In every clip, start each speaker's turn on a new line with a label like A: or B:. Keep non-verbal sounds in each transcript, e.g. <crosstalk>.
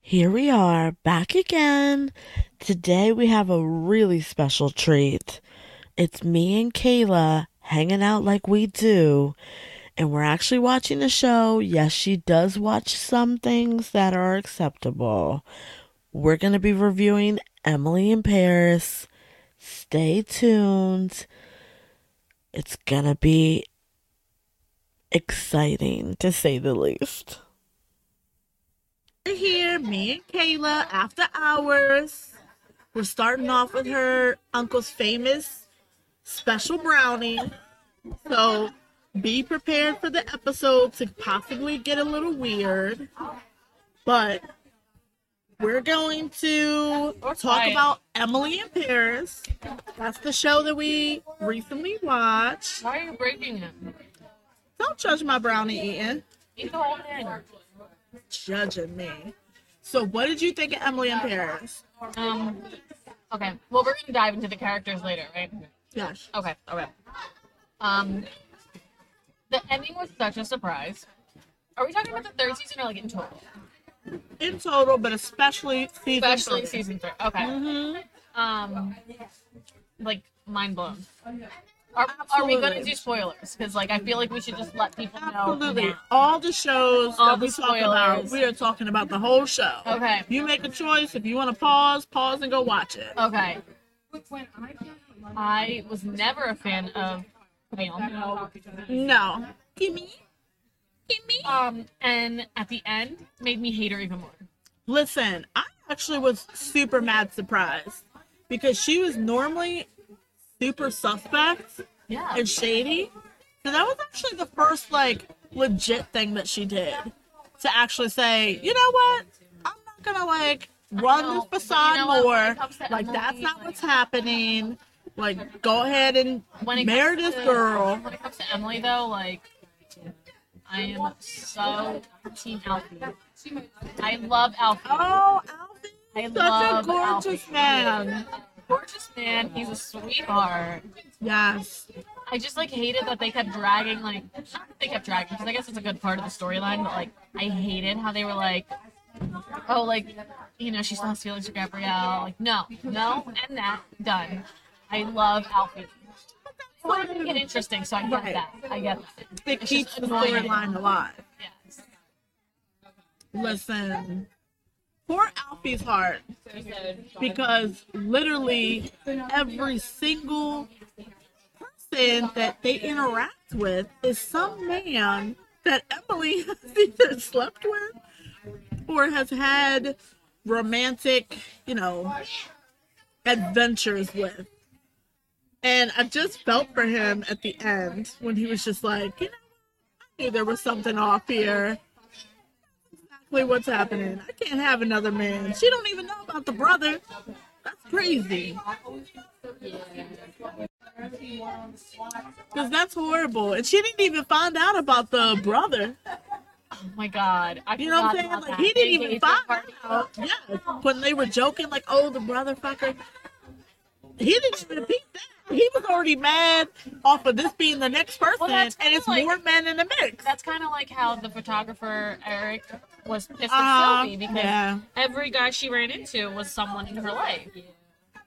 A: Here we are back again. Today we have a really special treat. It's me and Kayla hanging out like we do, and we're actually watching a show. Yes, she does watch some things that are acceptable. We're going to be reviewing Emily in Paris. Stay tuned. It's going to be exciting to say the least. We're here, me and Kayla, after hours. We're starting off with her uncle's famous special brownie. So be prepared for the episode to possibly get a little weird. But we're going to talk about Emily in Paris. That's the show that we recently watched.
B: Why are you breaking it?
A: Don't judge my brownie eating.
B: Eat the whole thing.
A: Judging me. So, what did you think of Emily in Paris?
B: Um. Okay. Well, we're gonna dive into the characters later, right?
A: Yes.
B: Okay. Okay. Um. The ending was such a surprise. Are we talking about the third season or like in total?
A: In total, but especially season
B: Especially season three. Okay. Um. Like mind blown. Are, are we gonna
A: Absolutely.
B: do spoilers? Because like I feel like we should just let people know.
A: Absolutely.
B: now.
A: All the shows
B: All
A: that
B: the
A: we talk about,
B: spoilers.
A: we are talking about the whole show.
B: Okay.
A: You make a choice. If you want to pause, pause and go watch it.
B: Okay. I was never a fan of Camille.
A: No. Gimme.
B: Um, and at the end, made me hate her even more.
A: Listen, I actually was super mad surprised because she was normally super suspect
B: Yeah.
A: and shady. So that was actually the first like legit thing that she did to actually say, you know what? I'm not gonna like run
B: know,
A: this
B: but you
A: facade
B: know what? When it
A: more.
B: comes to
A: Like that's
B: Emily,
A: not
B: like-
A: what's happening. Like go ahead and
B: when it
A: marry
B: comes
A: this
B: to-
A: girl.
B: When it comes to Emily, though, like I am so team Alfie. I love Alfie.
A: Oh,
B: I
A: Alvin, such
B: love
A: a gorgeous
B: Alfie.
A: man.
B: Gorgeous man. He's a sweetheart.
A: Yes.
B: I just like hated that they kept dragging. Like not that they kept dragging because I guess it's a good part of the storyline. But like I hated how they were like, oh, like you know she still has feelings for Gabrielle. Like no, no, and that done. I love Alfie. I want to make it interesting, so I get
A: Right.
B: that. I get that.
A: It
B: It's
A: keeps
B: just
A: the
B: annoying.
A: storyline alive.
B: Yes.
A: Listen, poor Alfie's heart because literally every single person that they interact with is some man that Emily <laughs> has either slept with or has had romantic, you know, adventures with. And I just felt for him at the end when he was just like, you know, I knew there was something off here exactly what's happening. I can't have another man. She don't even know about the brother. That's crazy. Cause that's horrible, and she didn't even find out about the brother.
B: Oh my god. I
A: You know what I'm
B: forgot
A: saying?
B: about
A: Like
B: that.
A: he didn't even
B: Engagement
A: find
B: party.
A: out. Yeah, when they were joking, like, "Oh, the brother fucker." He didn't even peep that. He was already mad off of this being the next person,
B: that's
A: and it's
B: kinda
A: more
B: like-
A: men in the mix.
B: That's kind of like how the photographer Eric was pissed at
A: Uh,
B: Sylvie because
A: yeah,
B: every guy she ran into was someone in her life.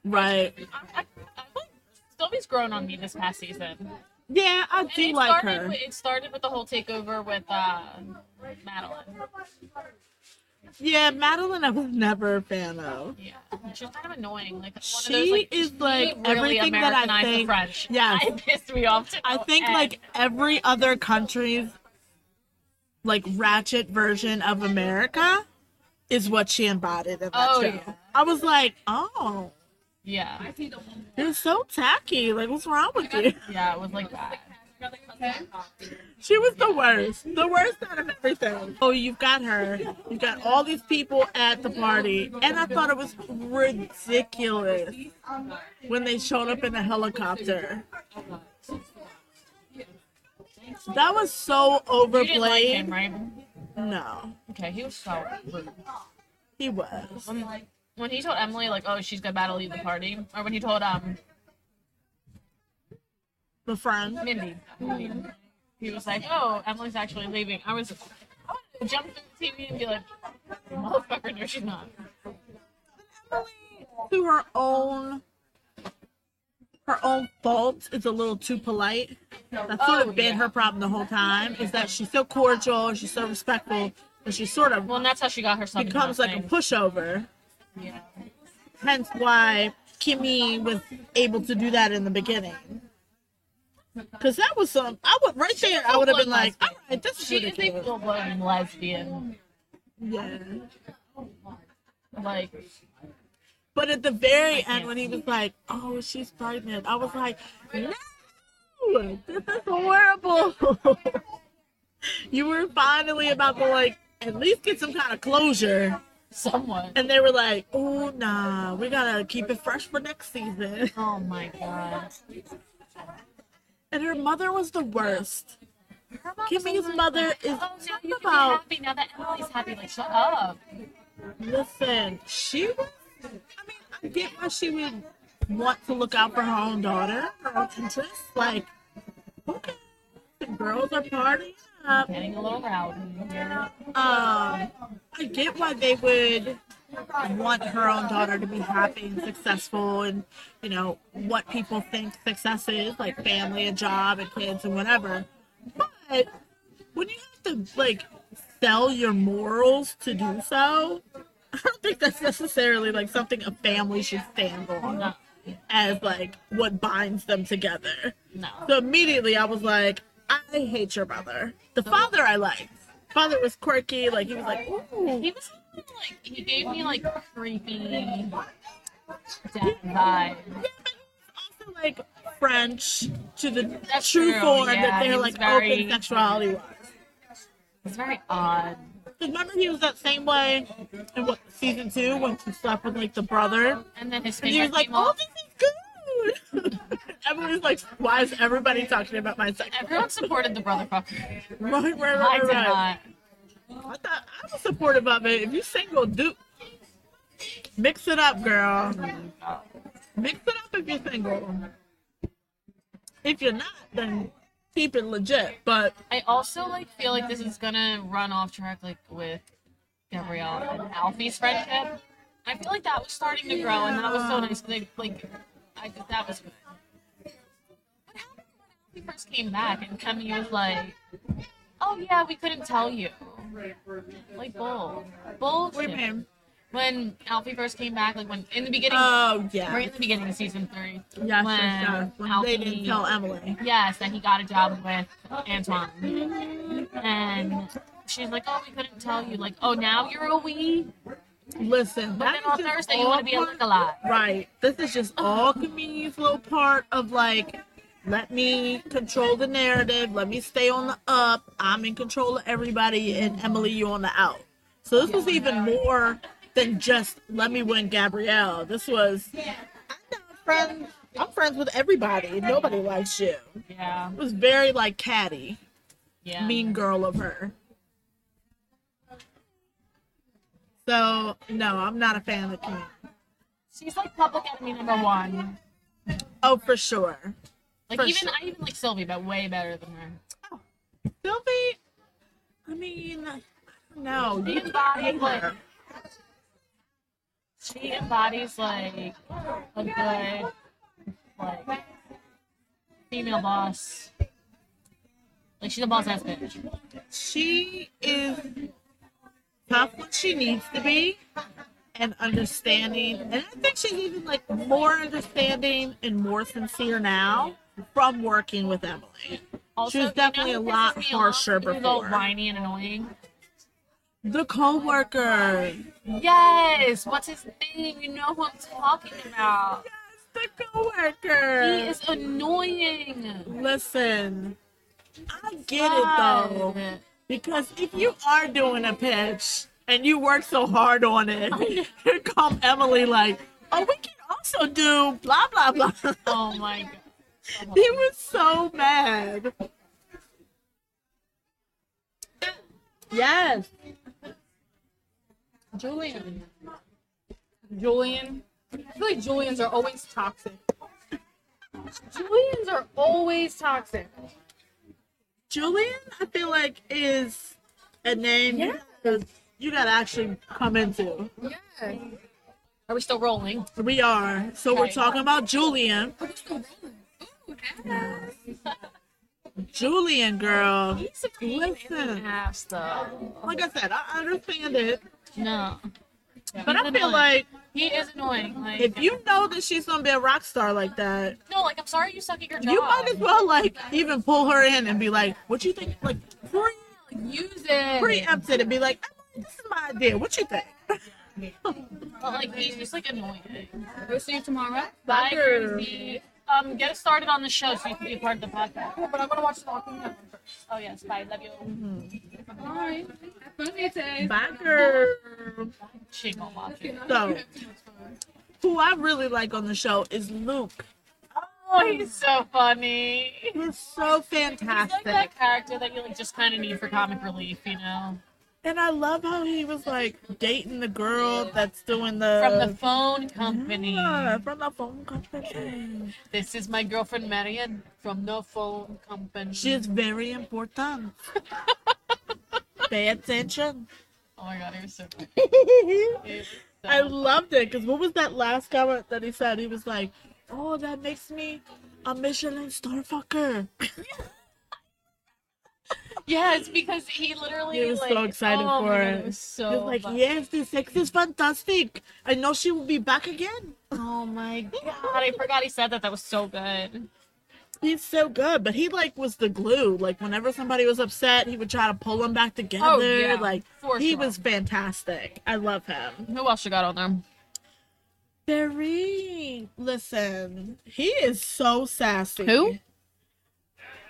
A: right.
B: I, I, I think Sylvie's grown on me this past season.
A: Yeah, I
B: And
A: do
B: it
A: like
B: started
A: her.
B: With, it started with the whole takeover with uh, Madeline.
A: Yeah, Madeline, I was never a fan of.
B: Yeah, she was kind of annoying. Like one
A: She
B: of those, like,
A: is
B: she
A: like
B: really
A: everything that I
B: Americanized the
A: think-
B: French.
A: yes.
B: <laughs> it pissed me off. To
A: I
B: no
A: think
B: end.
A: like every other country's like ratchet version of America is what she embodied in that
B: Oh,
A: show.
B: yeah.
A: I was like, oh,
B: yeah,
A: you're so tacky. Like, what's wrong with you?
B: yeah, it was like that.
A: She was the worst. The worst out of everything. Oh, you've got her. You've got all these people at the party. And I thought it was ridiculous when they showed up in a helicopter. That was so
B: You didn't like him,
A: overplayed.
B: right?
A: No,
B: Okay, he was so rude.
A: he was.
B: When, when he told Emily like, oh, she's gonna battle leave the party, or when he told um
A: The friend.
B: Mindy. He was like, "Oh, Emily's actually leaving." I was, I wanted jump through the TV and be like, motherfucker, no, she's not.
A: to her own her own fault is a little too polite. That's sort
B: Oh,
A: of been
B: yeah.
A: her problem the whole time. Is that she's so cordial, she's so respectful, but she sort of
B: Well, and that's how she got herself. into
A: becomes
B: that
A: like a
B: thing.
A: pushover.
B: Yeah.
A: Hence why Kimmy was able to do that in the beginning. Cause that was some I would right there I would have been like, all right, this is
B: She is a
A: ridiculous.
B: full blown lesbian.
A: Yeah.
B: Like,
A: But at the very end when he was like, Oh, she's pregnant, I was like, No, this is horrible. <laughs> you were finally about to like at least get some kind of closure.
B: someone.
A: And they were like, Oh nah, we gotta keep it fresh for next season. <laughs>
B: Oh my god.
A: And her mother was the worst.
B: Her mom
A: Kimmy's
B: was always
A: mother
B: like,
A: is
B: oh, now you can
A: talking about-
B: be happy now that Emily's happy. Like, shut up.
A: Listen, she was. I mean, I get why she would want to look out for her own daughter, her own interests. Like, okay, the girls are partying up.
B: Getting a little rowdy. here.
A: Um, I get why they would want her own daughter to be happy and successful, and you know what people think success is, like family, a job, and kids, and whatever. But when you have to like sell your morals to do so, I don't think that's necessarily like something a family should stand on
B: No,
A: as like what binds them together.
B: no.
A: So immediately I was like, I hate your brother. The father I liked. Father was quirky, like he was like, ooh.
B: He was like, he gave me like creepy dad vibes.
A: Also like French to the
B: That's
A: true,
B: true,
A: form
B: yeah,
A: that
B: he
A: their
B: was
A: like
B: very-
A: open sexuality was.
B: It's very odd.
A: 'Cause remember he was that same way in what season two when he slept with like the brother.
B: And then his
A: And
B: face
A: he was like,
B: came
A: Oh,
B: off.
A: this is good. <laughs> Everyone's like, why is everybody talking about my sex? life?"
B: Everyone supported the brother fucker.
A: <laughs> Right, right, right,
B: I
A: right,
B: did
A: right.
B: not.
A: I thought I was supportive of it. If you single, do mix it up, girl. Mix it up if you're single. If you're not, then keep it legit. But
B: I also like feel like this is gonna run off track like with Gabrielle and Alfie's friendship. I feel like that was starting to grow, and that was so nice. 'cause They like, I just that was good. What happened when Alfie first came back and Kemi was like, "Oh yeah, we couldn't tell you." Like bull,
A: wait a
B: bullshit.
A: minute.
B: When Alfie first came back, like when in the beginning,
A: Oh
B: right
A: yeah,
B: in the beginning of season three,
A: yeah,
B: when
A: sure, sure. When they didn't
B: Alfie-
A: tell Emily.
B: Yes, that he got a job with Antoine. And she's like, Oh, we couldn't tell you. Like, oh, now you're a wee?
A: Listen,
B: But
A: that
B: then on
A: is just
B: Thursday, you
A: all
B: want to be a
A: part-
B: lick a lot.
A: Right. This is just all Camille's little part of like, let me control the narrative. Let me stay on the up. I'm in control of everybody, and Emily, you on the out. So this was even more than just let me win Gabrielle. This was I'm not friends. I'm friends with everybody. Nobody likes you.
B: Yeah.
A: It was very like catty,
B: Yeah.
A: mean girl of her. So no, I'm not a fan of Camille.
B: She's like public enemy number one.
A: Oh, for sure.
B: Like,
A: For
B: even,
A: sure.
B: I even like Sylvie, but way better than her.
A: Sylvie, I mean, no,
B: She
A: you
B: embodies,
A: can't hate
B: like,
A: her.
B: she embodies, like, a good, like, female boss. Like, she's a boss ass bitch.
A: She is tough when she needs to be and understanding. And I think she's even like more understanding and more sincere now from working with Emily.
B: Also,
A: was
B: you know
A: definitely
B: who
A: a lot
B: pisses me off?
A: harsher
B: Who's all
A: before.
B: whiny and annoying.
A: The coworker.
B: Yes, what's his name? You know who I'm talking about.
A: The coworker.
B: He is annoying.
A: Listen, I get it though.
B: God.
A: Because if you are doing a pitch and you work so hard on it, <laughs> here come Emily like, oh, we can also do blah blah blah. <laughs>
B: Oh my god.
A: he was so mad. Yes.
C: Julian. Julian. I feel like Julians are always toxic. Julians are always toxic.
A: Julian, I feel like is and then you gotta- you gotta actually come into.
C: Yeah.
B: Are we still rolling?
A: We are. So we're
B: Okay.
A: talking about Julian. Julian, girl.
B: He's a pain in
A: Listen.
B: the ass, though.
A: Like I said, I understand it,
B: No,
A: but I
B: He's
A: feel
B: annoying.
A: like
B: he is annoying. Like,
A: if you know that she's gonna be a rock star like that,
B: no, like I'm sorry you suck at your job.
A: you might as well like even pull her in and be like, "What you think?" Like pre-
B: Like, use it.
A: preempt it and be like, "Oh, "This is my idea. What you think?"
B: But, like he's just like annoying.
C: We'll see you tomorrow.
B: Bye,
A: Sure.
B: Chrissy. Um, get us started on the show so you can be a part of the podcast.
C: But I want to watch the Walking Dead Mm-hmm. one first.
B: Oh yes, bye. Love you.
C: All right. Have fun with your day.
A: Bye, girl.
B: She ain't gonna watch it.
A: So, who I really like on the show is Luke.
B: Oh, he's so funny.
A: He's so
B: He's like
A: fantastic.
B: that character that you like just kind of need for comic relief, you know,
A: And I love how he was like dating the girl that's doing
B: from the
A: the
B: phone company.
A: Yeah, from the phone company.
B: This is my girlfriend Marian from the phone company.
A: She's very
B: <laughs>
A: important. Pay attention.
B: Oh my god, it was so funny. It was
A: I
B: so-
A: loved it because what was that last comment that he said? He was like, "Oh, that makes me a Michelin star fucker."
B: yeah, it's because he literally
A: He was
B: like,
A: so excited
B: oh my
A: for
B: God,
A: it.
B: was so
A: He was like,
B: funny.
A: "Yes, this sex is fantastic. I know she will be back again."
B: Oh my god, <laughs> I forgot he said that. That was so good.
A: He's so good, but he like was the glue. Like whenever somebody was upset, he would try to pull them back together.
B: Oh, yeah,
A: like
B: for
A: he
B: sure.
A: was fantastic. I love him.
B: Who else you got on there?
A: Very listen, he is so sassy.
B: Who?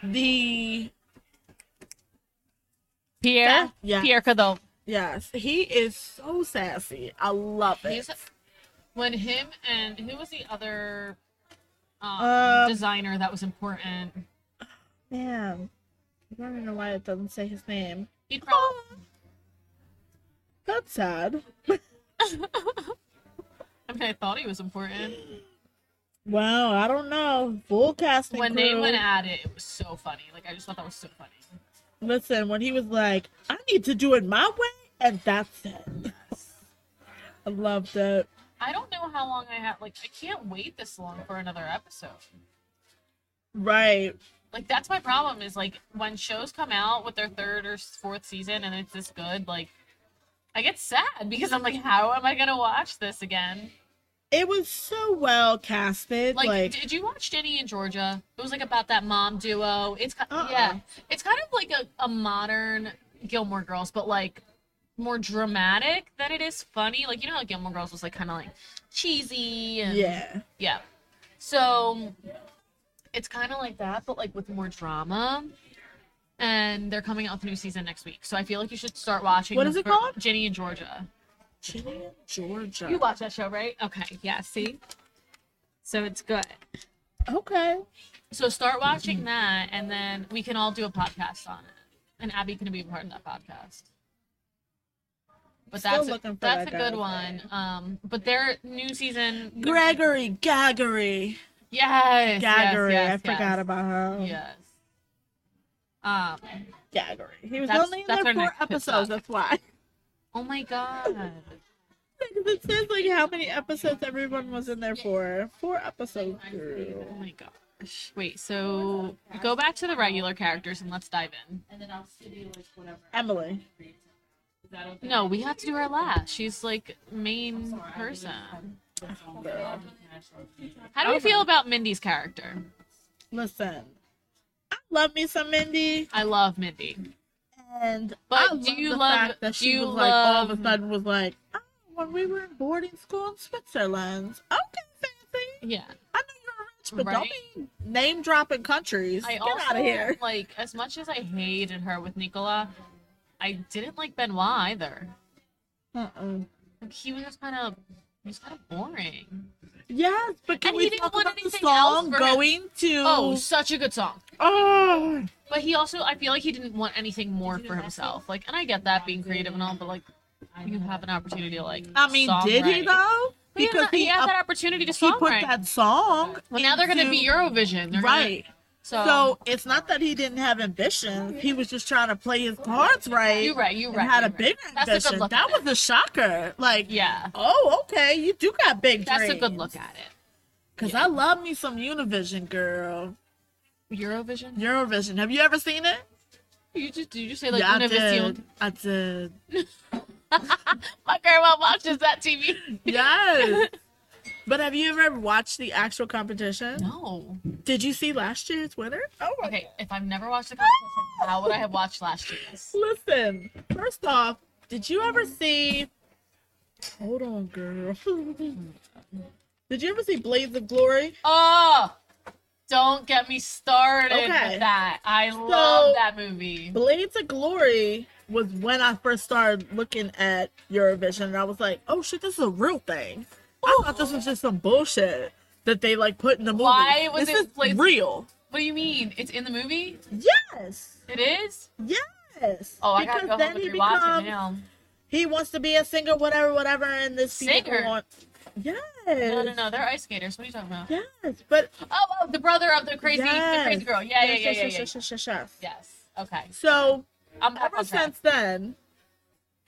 A: The
B: Pierre?
A: Yeah.
B: Pierre Cadot.
A: yes, he is so sassy. I love it.
B: He's when him and who was the other um,
A: Um,
B: designer that was important?
A: Man, I don't even know why it doesn't say his name.
B: He'd probably
A: Oh. That's sad.
B: I mean I thought he was important.
A: Well, I don't know. Full casting
B: When they
A: crew.
B: went at it, it was so funny. Like I just thought that was so funny.
A: Listen, when he was like, I need to do it my way, and that's it. I loved it.
B: I don't know how long I have like I can't wait this long for another episode.
A: Right.
B: Like that's my problem is like when shows come out with their third or fourth season and it's this good, like I get sad because I'm like, how am I gonna watch this again?
A: It was so well casted.
B: Like,
A: Like,
B: did you watch Jenny and Georgia? It was like about that mom duo. It's ki-
A: Uh-uh.
B: yeah, it's kind of like a, a modern Gilmore Girls, but like more dramatic than it is funny. Like you know how Gilmore Girls was like kind of like cheesy and
A: yeah.
B: yeah. So it's kind of like that, but like with more drama. And they're coming out with a new season next week, so I feel like you should start watching.
A: What is it
B: for-
A: called?
B: Ginny and Georgia.
A: Ginny and Georgia.
B: You watch that show, right? Okay, yeah. See, so it's good.
A: okay.
B: So start watching that, and then we can all do a podcast on it. And Abby can be a part of that podcast. But
A: Still
B: that's
A: looking for
B: that's
A: that
B: a
A: guy.
B: good one. Um, but their new season,
A: Gregory Gaggery.
B: yes, yes,
A: Gaggery.
B: yes,
A: I forgot
B: yes.
A: about him.
B: Yes. Um.
A: Gaggery. He was
B: That's-
A: only in
B: that's
A: there
B: our
A: four
B: next
A: episodes.
B: pickup.
A: That's why. <laughs>
B: Oh my god.
A: Because it says like how many episodes everyone was in there for. Four episodes.
B: Oh
A: girl.
B: my gosh. Wait. So go back to the regular characters and let's dive in.
A: Emily.
B: No, we have to do her last. She's like main person.
A: Girl.
B: How do we feel about Mindy's character?
A: Listen. I love me some Mindy.
B: I love Mindy.
A: And
B: But
A: I
B: do you
A: the
B: love-
A: fact that
B: do
A: she
B: you
A: was like all of
B: love-
A: a sudden was like, oh, when we were in boarding school in Switzerland. Okay, fancy.
B: Yeah.
A: I know you're rich, but
B: Right?
A: don't be name dropping countries.
B: I
A: Get
B: also
A: out of here.
B: like as much as I hated her with Nicola, I didn't like Benoit either.
A: Uh-uh.
B: Like, he was just kind of he was kind of boring.
A: Yes, but can
B: And he
A: we
B: didn't
A: talk
B: want
A: about the
B: anything else
A: song
B: for him.
A: going to?
B: Oh, such a good song.
A: oh,
B: But he also I feel like he didn't want anything more for himself. Like and I get that being creative and all, but like you have an opportunity to like
A: I mean, did he
B: songwrite.
A: though?
B: But yeah,
A: Because
B: he,
A: he,
B: had
A: up-
B: that opportunity to
A: he put
B: songwrite.
A: that song.
B: Well, now they're going to
A: into-
B: be Eurovision, They're gonna-
A: right.
B: So,
A: So it's not that he didn't have ambitions. He was just trying to play his cards right.
B: you're right. You're
A: And
B: right.
A: had
B: you're
A: a big
B: right. That's a good
A: ambition.
B: look
A: That
B: at it.
A: was a shocker. Like,
B: Yeah.
A: oh, okay, you do got big
B: That's
A: dreams.
B: a good look at it.
A: Cause I love me some Univision, girl.
B: Eurovision.
A: Eurovision. Have you ever seen it?
B: You just did you just say like
A: yeah, I
B: Univision?
A: did. I did.
B: My grandma watches that TV.
A: <laughs>
B: <laughs>
A: Yes. but have you ever watched the actual competition?
B: No.
A: Did you see last year's winner? Oh my
B: Okay, if I've never watched the competition, how would I have watched last year's?
A: Listen, first off, did you ever see? Hold on, girl. <laughs> did you ever see Blades of Glory?
B: Oh, don't get me started
A: Okay.
B: with that. I
A: So-
B: love that movie.
A: Blades of Glory was when I first started looking at Eurovision, and I was like, oh shit, this is a real thing.
B: Oh.
A: I thought this was just some bullshit that they like put in the movie.
B: Why was
A: this
B: it
A: is
B: Blades-
A: real?
B: What do you mean? It's in the movie?
A: Yes,
B: It is?
A: yes.
B: Oh, I gotta go home and
A: he
B: rewatch
A: becomes-
B: it now.
A: he wants to be a singer, whatever, whatever, and this people
B: Singer?
A: want. Yes.
B: No, no, no, they're ice skaters. What are you talking about?
A: Yes, but
B: Oh, oh, the brother of the crazy, the
A: Yes.
B: crazy girl. Yeah, yeah,
A: Yes,
B: yeah,
A: yes,
B: yeah.
A: yes,
B: yeah.
A: yes, yes, yes, yes.
B: Yes. Okay.
A: So
B: I'm
A: ever
B: okay.
A: since then,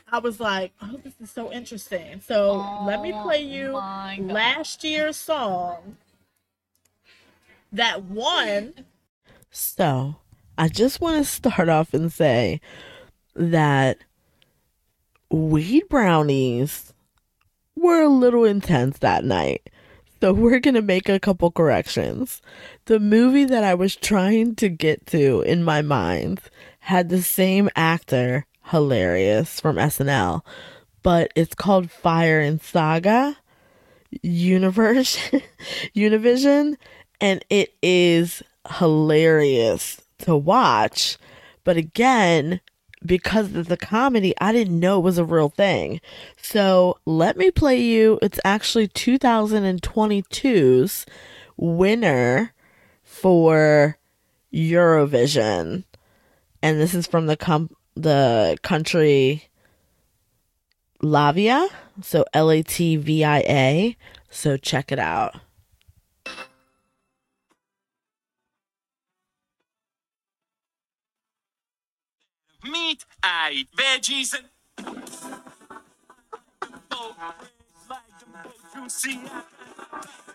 A: I was like, "Oh, this is so interesting." So let me
B: Oh
A: play you
B: my God.
A: last year's song that won. So I just want to start off and say that weed brownies were a little intense that night. So we're going to make a couple corrections. The movie that I was trying to get to in my mind had the same actor, hilarious from SNL, but it's called Fire and Saga Universe <laughs> Univision and it is hilarious to watch. But again, because it's a comedy, I didn't know it was a real thing. So let me play you. It's actually 2022's winner for Eurovision, and this is from the com- the country Lavia, so L A T V I A. So check it out.
D: meat. I eat veggies and. Juicy, I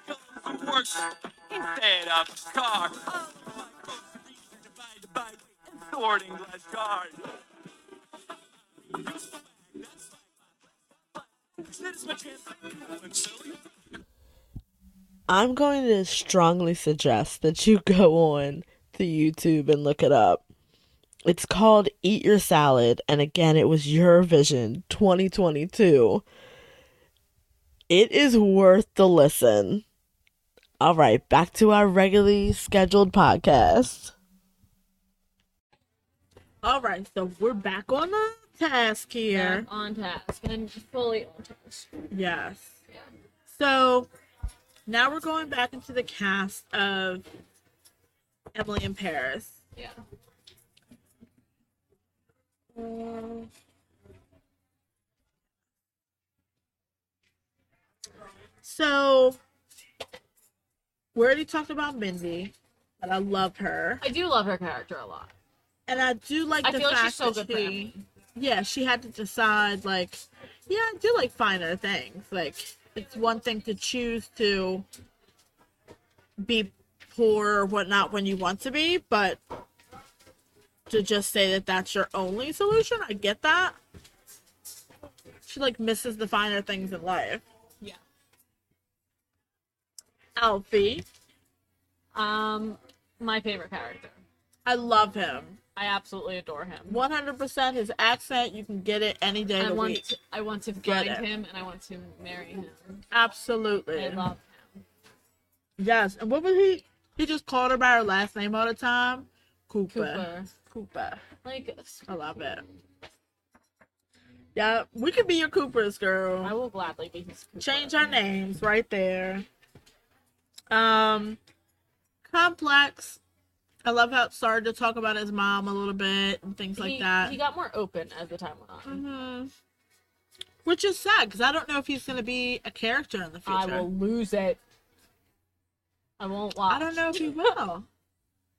D: go for work instead of car. All my groceries are divided by weight and sorting glass card. That is my chance. I'm selling.
A: I'm going to strongly suggest that you <laughs> go on to YouTube and look it up. It's called Eat Your Salad, and again, it was Eurovision 2022. It is worth the listen. All right, back to our regularly scheduled podcast. All right, so we're back on the task here.
B: Back on task and fully on task.
A: Yes. So now we're going back into the cast of Emily in Paris.
B: Yeah.
A: So we already talked about Mindy, but I love her,
B: I do love her character a lot.
A: and I do like
B: I
A: the
B: feel like
A: fact
B: she's so
A: that
B: good for
A: she,
B: Emily.
A: yeah, she had to decide like, yeah, I do like finer things. Like it's one thing to choose to be poor or whatnot when you want to be, but to just say that that's your only solution, I get that. She like misses the finer things in life.
B: Yeah.
A: Alfie,
B: Um, my favorite character.
A: I love him.
B: I absolutely adore him.
A: One hundred percent. His accent, you can get it any day of
B: I
A: the
B: want
A: week. uh,
B: to, I want to
A: Get
B: find
A: it.
B: him and I want to marry him.
A: Absolutely.
B: I love him.
A: yes. And what was he? He just called her by her last name all the time. Koopa.
B: Cooper.
A: Koopa.
B: Like
A: I love it. Yeah, we could be your Coopers, girl.
B: I will gladly be his Cooper.
A: Change our names right there. Um, complex. I love how it started to talk about his mom a little bit and things like
B: he,
A: that.
B: He got more open as the time went on.
A: hmm Which is sad because I don't know if he's going to be a character in the future.
B: I will lose it. I won't watch.
A: I don't know if he will.
B: No,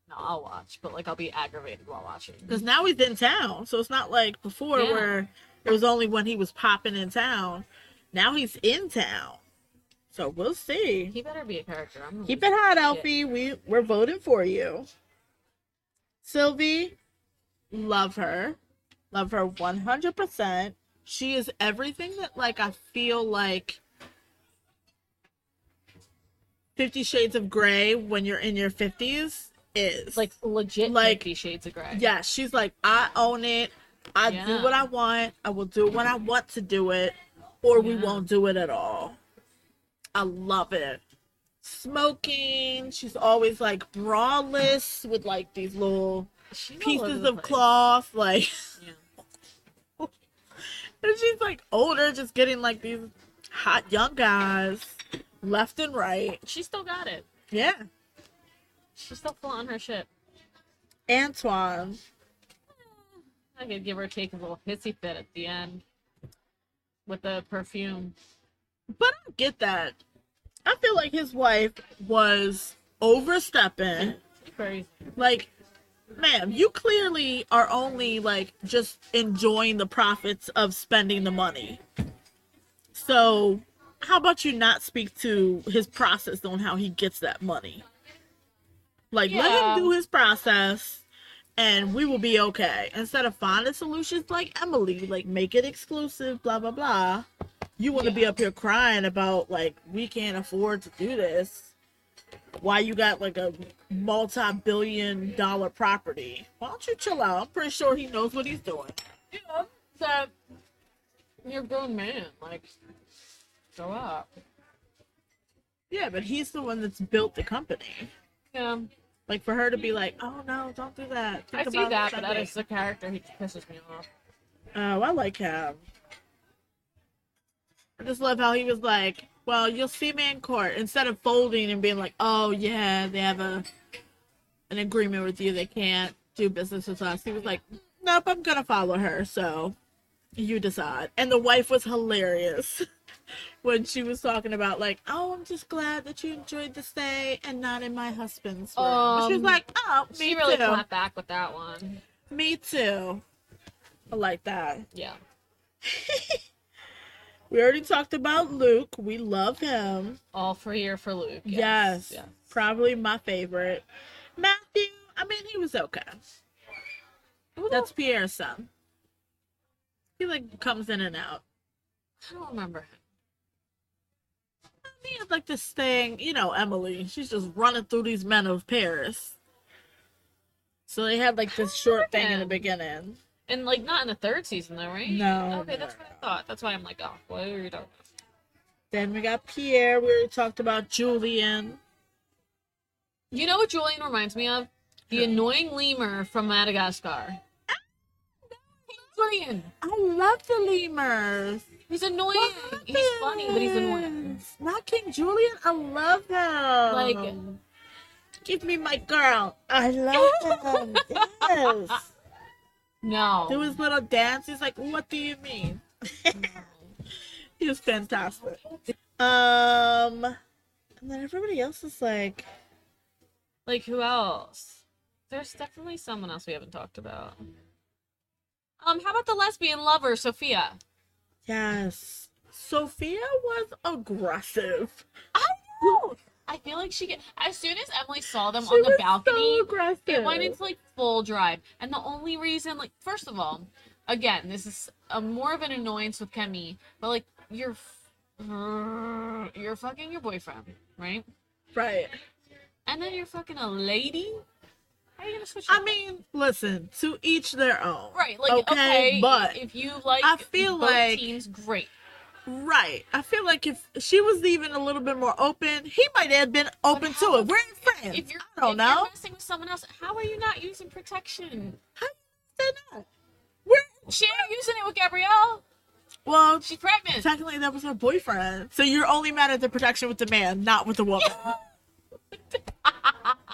B: no, I'll watch, but like I'll be aggravated while watching.
A: Because now he's in town, so it's not like before
B: Yeah.
A: where it was only when he was popping in town. Now he's in town, so we'll see.
B: He better be a character. I'm gonna
A: Keep
B: lose
A: it hot,
B: shit.
A: Alfie. We we're voting for you. Sylvie, love her, love her one hundred percent. She is everything that like I feel like. Fifty Shades of Grey when you're in your fifties is
B: Like legit,
A: Like-
B: like Fifty Shades of Grey.
A: yeah, she's like, I own it. I do
B: Yeah.
A: what I want. I will do it when I want to do it, or we
B: Yeah.
A: won't do it at all. I love it. Smoking. She's always like braless with like these little
B: She's all over
A: pieces
B: the
A: of
B: place.
A: cloth. Like, <laughs>
B: Yeah.
A: and she's like older, just getting like these hot young guys left and right.
B: She still got it.
A: Yeah.
B: She's still full on her shit.
A: Antoine.
B: I could give or take a little hissy fit at the end with the perfume.
A: But I get that. I feel like his wife was overstepping.
B: Crazy.
A: Like, ma'am, you clearly are only like just enjoying the profits of spending the money. So, how about you not speak to his process on how he gets that money? Like, let
B: Yeah.
A: him do his process and we will be okay. Instead of finding solutions like Emily, like make it exclusive, blah, blah, blah. You want to be up here crying about, like, we can't afford to do this why you got like a multi-billion dollar property. Why don't you chill out? I'm pretty sure he knows what he's doing.
B: Yeah, that you're a grown man. Like, grow up.
A: Yeah, but he's the one that's built the company.
B: Yeah,
A: Like for her to be like, "Oh no, don't do that."
B: I
A: Think
B: see
A: about it
B: that, but that
A: someday."
B: is the character. He pisses me off.
A: Oh, I like him. I just love how he was like, "Well, you'll see me in court." Instead of folding and being like, "Oh yeah, they have a an agreement with you. They can't do business with us." He was like, "Nope, I'm gonna follow her." So you decide. And the wife was hilarious <laughs> when she was talking about like, "Oh, I'm just glad that you enjoyed the stay and not in my husband's room." she was
B: Um,
A: like, "Oh, me
B: She really
A: too.
B: clapped back with that one.
A: me too." I like that.
B: Yeah.
A: We already talked about Luke. We love him.
B: All for year for Luke.
A: Yes.
B: yes.
A: Probably my favorite. Matthew, I mean, he was okay. That's Pierre's son. He like comes in and out.
B: I don't remember him.
A: He had like this thing, you know, Emily. She's just running through these men of Paris. So they had like this short thing in the
B: him.
A: beginning.
B: And like not in the third season though, right?
A: No,
B: Okay,
A: no,
B: that's what
A: no.
B: I thought. That's why I'm like, oh, what are you talking about?
A: Then we got Pierre. We already talked about Julian.
B: You know what Julian reminds me of? The annoying lemur from Madagascar. Julian.
A: I love the lemurs.
B: He's annoying. He's funny, but he's annoying.
A: Yes. Not King Julian. I love him.
B: Like-
A: Like, give me my girl. I
B: <laughs>
A: love him. yes.
B: No.
A: Do his little dance. He's like, what do you mean? <laughs> He was fantastic. Um, and then everybody else is like,
B: Like who else? There's definitely someone else we haven't talked about. Um, how about the lesbian lover, Sophia?
A: yes. Sophia was aggressive.
B: I know. I feel like she get as soon as Emily saw them
A: She
B: on the
A: was
B: balcony,
A: so aggressive.
B: it went into like full drive. And the only reason, like, first of all, again, this is a more of an annoyance with Kemi, but like you're f- you're fucking your boyfriend, right?
A: right.
B: And then you're fucking a lady. How are you gonna switch?
A: I
B: up?
A: mean, listen, to each their own.
B: right? Like, okay,
A: but
B: if you like,
A: I feel
B: both
A: like-
B: teams great.
A: Right. I feel like if she was even a little bit more open, he might have been open to
B: how-
A: it. We're in France.
B: If you're,
A: I don't
B: if
A: know.
B: you're messing with someone else, how are you not using protection?
A: They're not. We're-
B: She ain't using it with Gabrielle.
A: well,
B: She's pregnant.
A: technically that was her boyfriend. So you're only mad at the protection with the man, not with
B: <laughs>
A: the woman.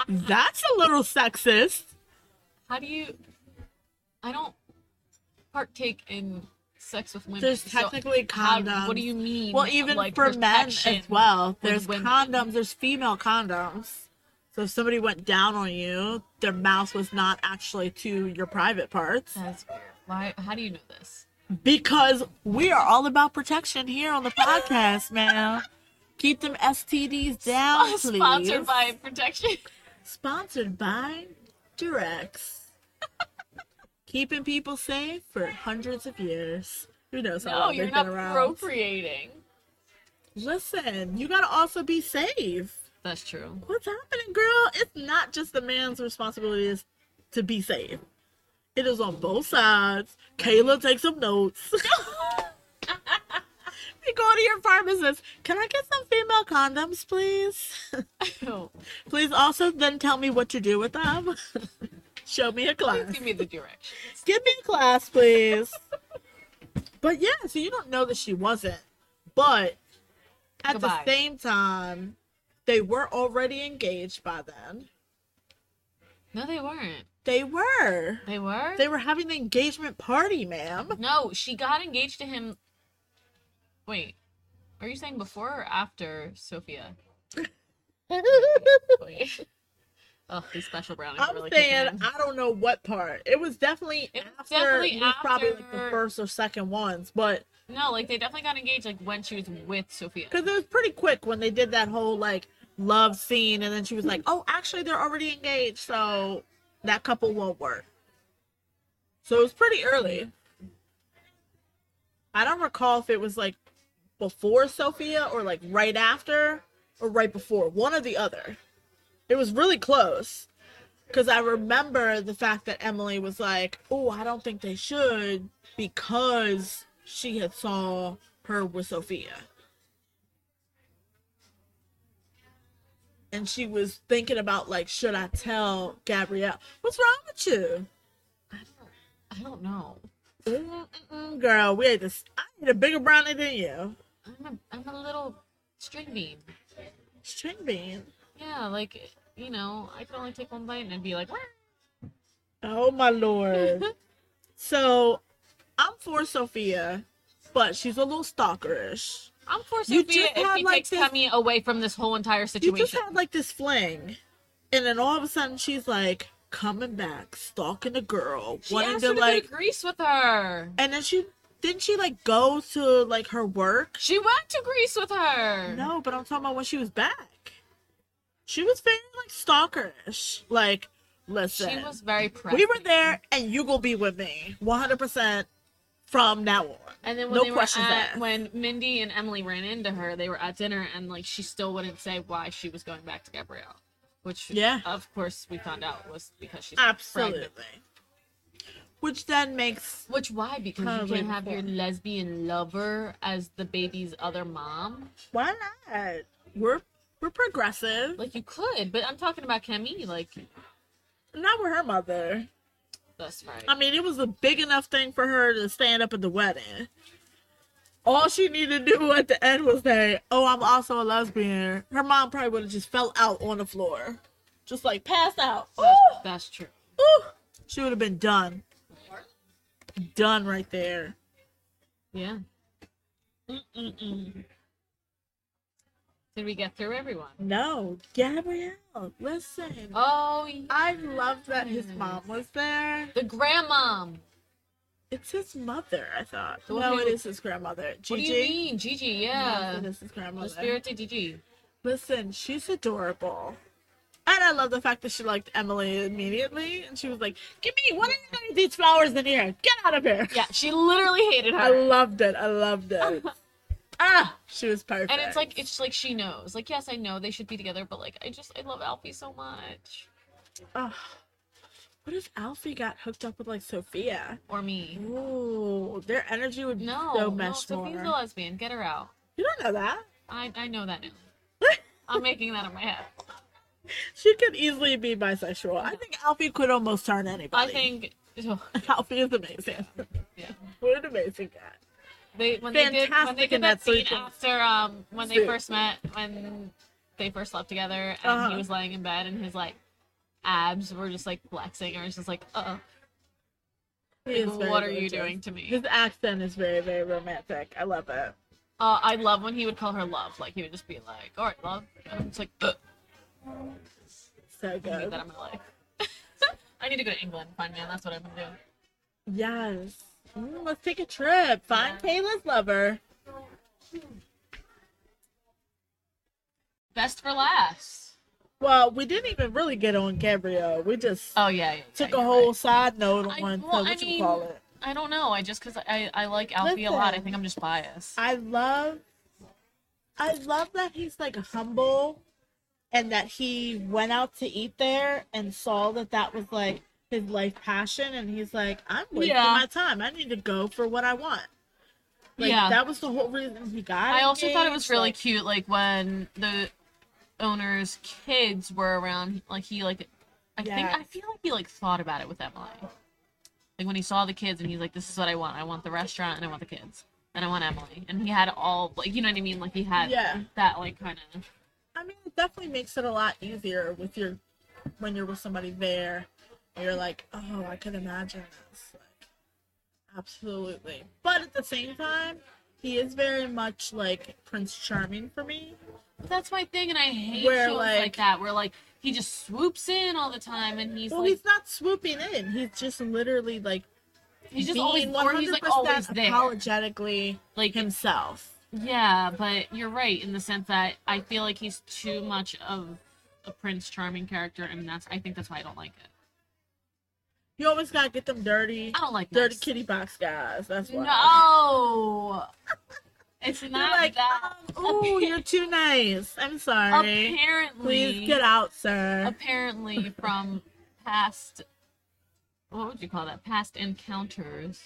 A: That's a little sexist.
B: How do you? I don't partake in sex with women.
A: There's
B: so
A: technically
B: how-
A: condoms.
B: what do you mean?
A: Well, even
B: like,
A: for men
B: protection?
A: as well. There's
B: women.
A: condoms. There's female condoms. So if somebody went down on you, their mouse was not actually to your private parts.
B: That's weird. Why? How do you know this?
A: Because we are all about protection here on the podcast, man. Keep them STDs down, please.
B: Oh, Sponsored by
A: <laughs>
B: Protection.
A: Sponsored by Durex. Keeping people safe for hundreds of years. Who knows how
B: No,
A: long
B: you're
A: they've
B: not
A: been around?
B: appropriating.
A: Listen, you gotta also be safe.
B: That's true.
A: What's happening, girl? It's not just the man's responsibility is to be safe. It is on both sides. Kayla, take some notes. <laughs> you go to your pharmacist. Can I get some female condoms, please? <laughs>
B: Oh,
A: please also then tell me what to do with them. <laughs> Show me a class.
B: give me the directions.
A: Give me a class, please. but yeah, so you don't know that she wasn't. But at
B: Goodbye.
A: the same time, they were already engaged by then.
B: No, they weren't.
A: They were.
B: They were.
A: They were having the engagement
B: <laughs>
A: party, ma'am.
B: No, she got engaged to him. Wait, are you saying before or after Sophia? <laughs> Wait. Oh, these special brownies are
A: I'm
B: really kicking
A: saying
B: in.
A: I don't know what part. It was definitely
B: It was
A: after
B: definitely
A: it was probably like the
B: after-
A: first or second ones, but
B: No, like they definitely got engaged like when she was with Sophia.
A: because it was pretty quick when they did that whole like love scene, and then she was like, "Oh, actually, they're already engaged, so that couple won't work." So it was pretty early. I don't recall if it was like before Sophia or like right after or right before one or the other. It was really close because I remember the fact that Emily was like, "Oh, I don't think they should because she had saw her with Sophia." And she was thinking about like, should I tell Gabrielle? What's wrong with you?
B: I don't, I don't know.
A: Mm-mm, girl, we ate this. I ate a bigger brownie than you.
B: I'm a, I'm a little string bean.
A: String bean.
B: Yeah, like you know, I could only take one bite and I'd be like, "Wah."
A: Oh my
B: <laughs>
A: lord. so, I'm for Sophia, but she's a little stalkerish.
B: I'm for
A: You
B: Sophia
A: just
B: if
A: had,
B: she
A: like,
B: takes
A: this-
B: Kemi away from this whole entire
A: You just
B: situation.
A: had like this fling, and then all of a sudden she's like coming back, stalking the girl,
B: She
A: wanting
B: asked
A: to
B: her to
A: like,
B: go to Greece with her.
A: and then she didn't she like go to like her work
B: She went to Greece with her.
A: No, but I'm talking about when she was back. She was very like stalkerish. Like, listen,
B: she was very pressed.
A: we were there, and you gonna be with me 100 percent from now on.
B: And then when
A: No
B: they were
A: questions
B: at,
A: asked.
B: when Mindy and Emily ran into her, they were at dinner and like she still wouldn't say why she was going back to Gabrielle, which
A: Yeah.
B: of course we found out was because she's
A: Absolutely.
B: pregnant.
A: Which then makes
B: Which why? Because
A: Kinda
B: you
A: like
B: can't have your
A: porn.
B: lesbian lover as the baby's other mom.
A: why not? We're we're progressive.
B: Like you could, but I'm talking about Kemi. Like
A: Not with her mother.
B: that's right.
A: I mean, it was a big enough thing for her to stand up at the wedding. All she needed to do <laughs> at the end was say, "Oh, I'm also a lesbian." Her mom probably would have just fell out on the floor, just like passed out. Ooh,
B: that's true.
A: ooh. She would have been done, done right there.
B: Yeah.
A: Mm-mm-mm.
B: Did we get through everyone?
A: No, Gabrielle, listen.
B: Oh, yeah.
A: I love that his mom was there.
B: the grandmom.
A: It's his mother, I thought.
B: The one
A: No,
B: who-
A: it is his grandmother.
B: What do you
A: Gigi.
B: mean, Gigi?
A: Yes,
B: Yeah.
A: it is his grandmother.
B: The spirit of Gigi.
A: Listen, she's adorable. And I love the fact that she liked Emily immediately. And she was like, Give me one of you guys these flowers in here. Get out of here.
B: Yeah, she literally hated her.
A: I loved it. I
B: <laughs>
A: loved it. ah, she was perfect.
B: and it's like it's like she knows. Like, yes, I know they should be together, but like I just I love Alfie so much.
A: Ugh. what if Alfie got hooked up with like Sophia?
B: Or me.
A: Ooh, their energy would
B: No,
A: so
B: no,
A: mesh more.
B: Sophia's a lesbian. Get her out.
A: You don't know that.
B: I I know
A: <laughs>
B: that now. I'm making that in my head.
A: She could easily be bisexual. I think Alfie could almost turn
B: I
A: anybody.
B: think ugh,
A: <laughs> Alfie is
B: <laughs>
A: amazing.
B: yeah.
A: what an amazing guy.
B: They when they did when they
A: Fantastic in
B: did that
A: that
B: scene
A: sleeping
B: after um when they
A: suit.
B: first met when they first slept together and he
A: Uh-huh.
B: was laying in bed and his like abs were just like flexing or it's just like uh
A: He
B: like,
A: is very
B: what are you
A: gorgeous.
B: doing to me?
A: His accent is very, very romantic. I love it.
B: Uh, I love when he would call her love. Like he would just be like, "All right, love," and it's like, "Ugh."
A: so
B: I need
A: good.
B: that in my life. <laughs> I need to go to England. Find man. That's what I'm gonna
A: Yes. Mm, let's take a trip. Find Kayla's lover.
B: do. Best for last.
A: Well, we didn't even really get on Gabrielle. We just
B: Oh yeah. yeah, yeah,
A: took
B: you're
A: a whole
B: right.
A: side note on
B: I-
A: one.
B: well,
A: so
B: I
A: what you
B: mean-
A: call it?
B: I don't know. I just because I I like Alfie a lot. I
A: Listen.
B: think I'm just biased.
A: I love, I love that he's like humble, and that he went out to eat there and saw that that was like his life passion, and he's like, I'm wasting
B: Yeah.
A: my time. I need to go for what I want. Like
B: Yeah.
A: that was the whole reason he got.
B: I also thought it was
A: engaged,
B: really
A: like-
B: cute, like when the owner's kids were around. Like he like, I think I
A: Yes.
B: feel like he like thought about it with Emily. Like when he saw the kids and he's like, "This is what I want. I want the restaurant and I want the kids and I want Emily." And he had all like you know what I mean. Like he had
A: Yeah.
B: that like kind of
A: I mean, it definitely makes it a lot easier with your when you're with somebody there. and You're like, oh, I could imagine this. Like, absolutely. But at the same time, he is very much like Prince Charming for me.
B: that's my thing, and I hate
A: Where,
B: shows like,
A: like-
B: that where like he just swoops in all the time and he's
A: well,
B: like
A: he's not swooping in. He's just literally like
B: he's just
A: being
B: always or he's like always there.
A: apologetically
B: Like
A: himself.
B: Yeah, but you're right in the sense that I feel like he's too much of a Prince Charming character, and that's I think that's why I don't like it.
A: You always gotta get them dirty,
B: I don't like
A: dirty
B: nice.
A: kitty box guys. That's why.
B: No, <laughs> it's
A: You're
B: not
A: like,
B: that.
A: um, ooh,
B: <laughs>
A: you're too nice. I'm sorry.
B: Apparently,
A: Please get out, sir.
B: apparently from past, what would you call that? Past encounters,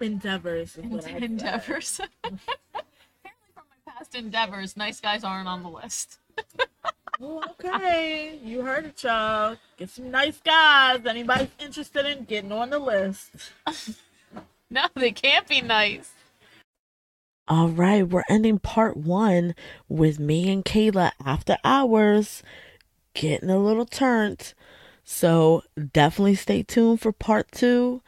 A: Endeavors. Is <laughs> what I said.
B: endeavors. <laughs> apparently from my past endeavors, nice guys aren't on the list. <laughs>
A: Ooh, okay, you heard it, y'all. Get some nice guys. Anybody's interested in getting on the list.
B: No, they can't be nice.
E: All right, we're ending part one with me and Kayla after hours getting a little turned. So definitely stay tuned for part two.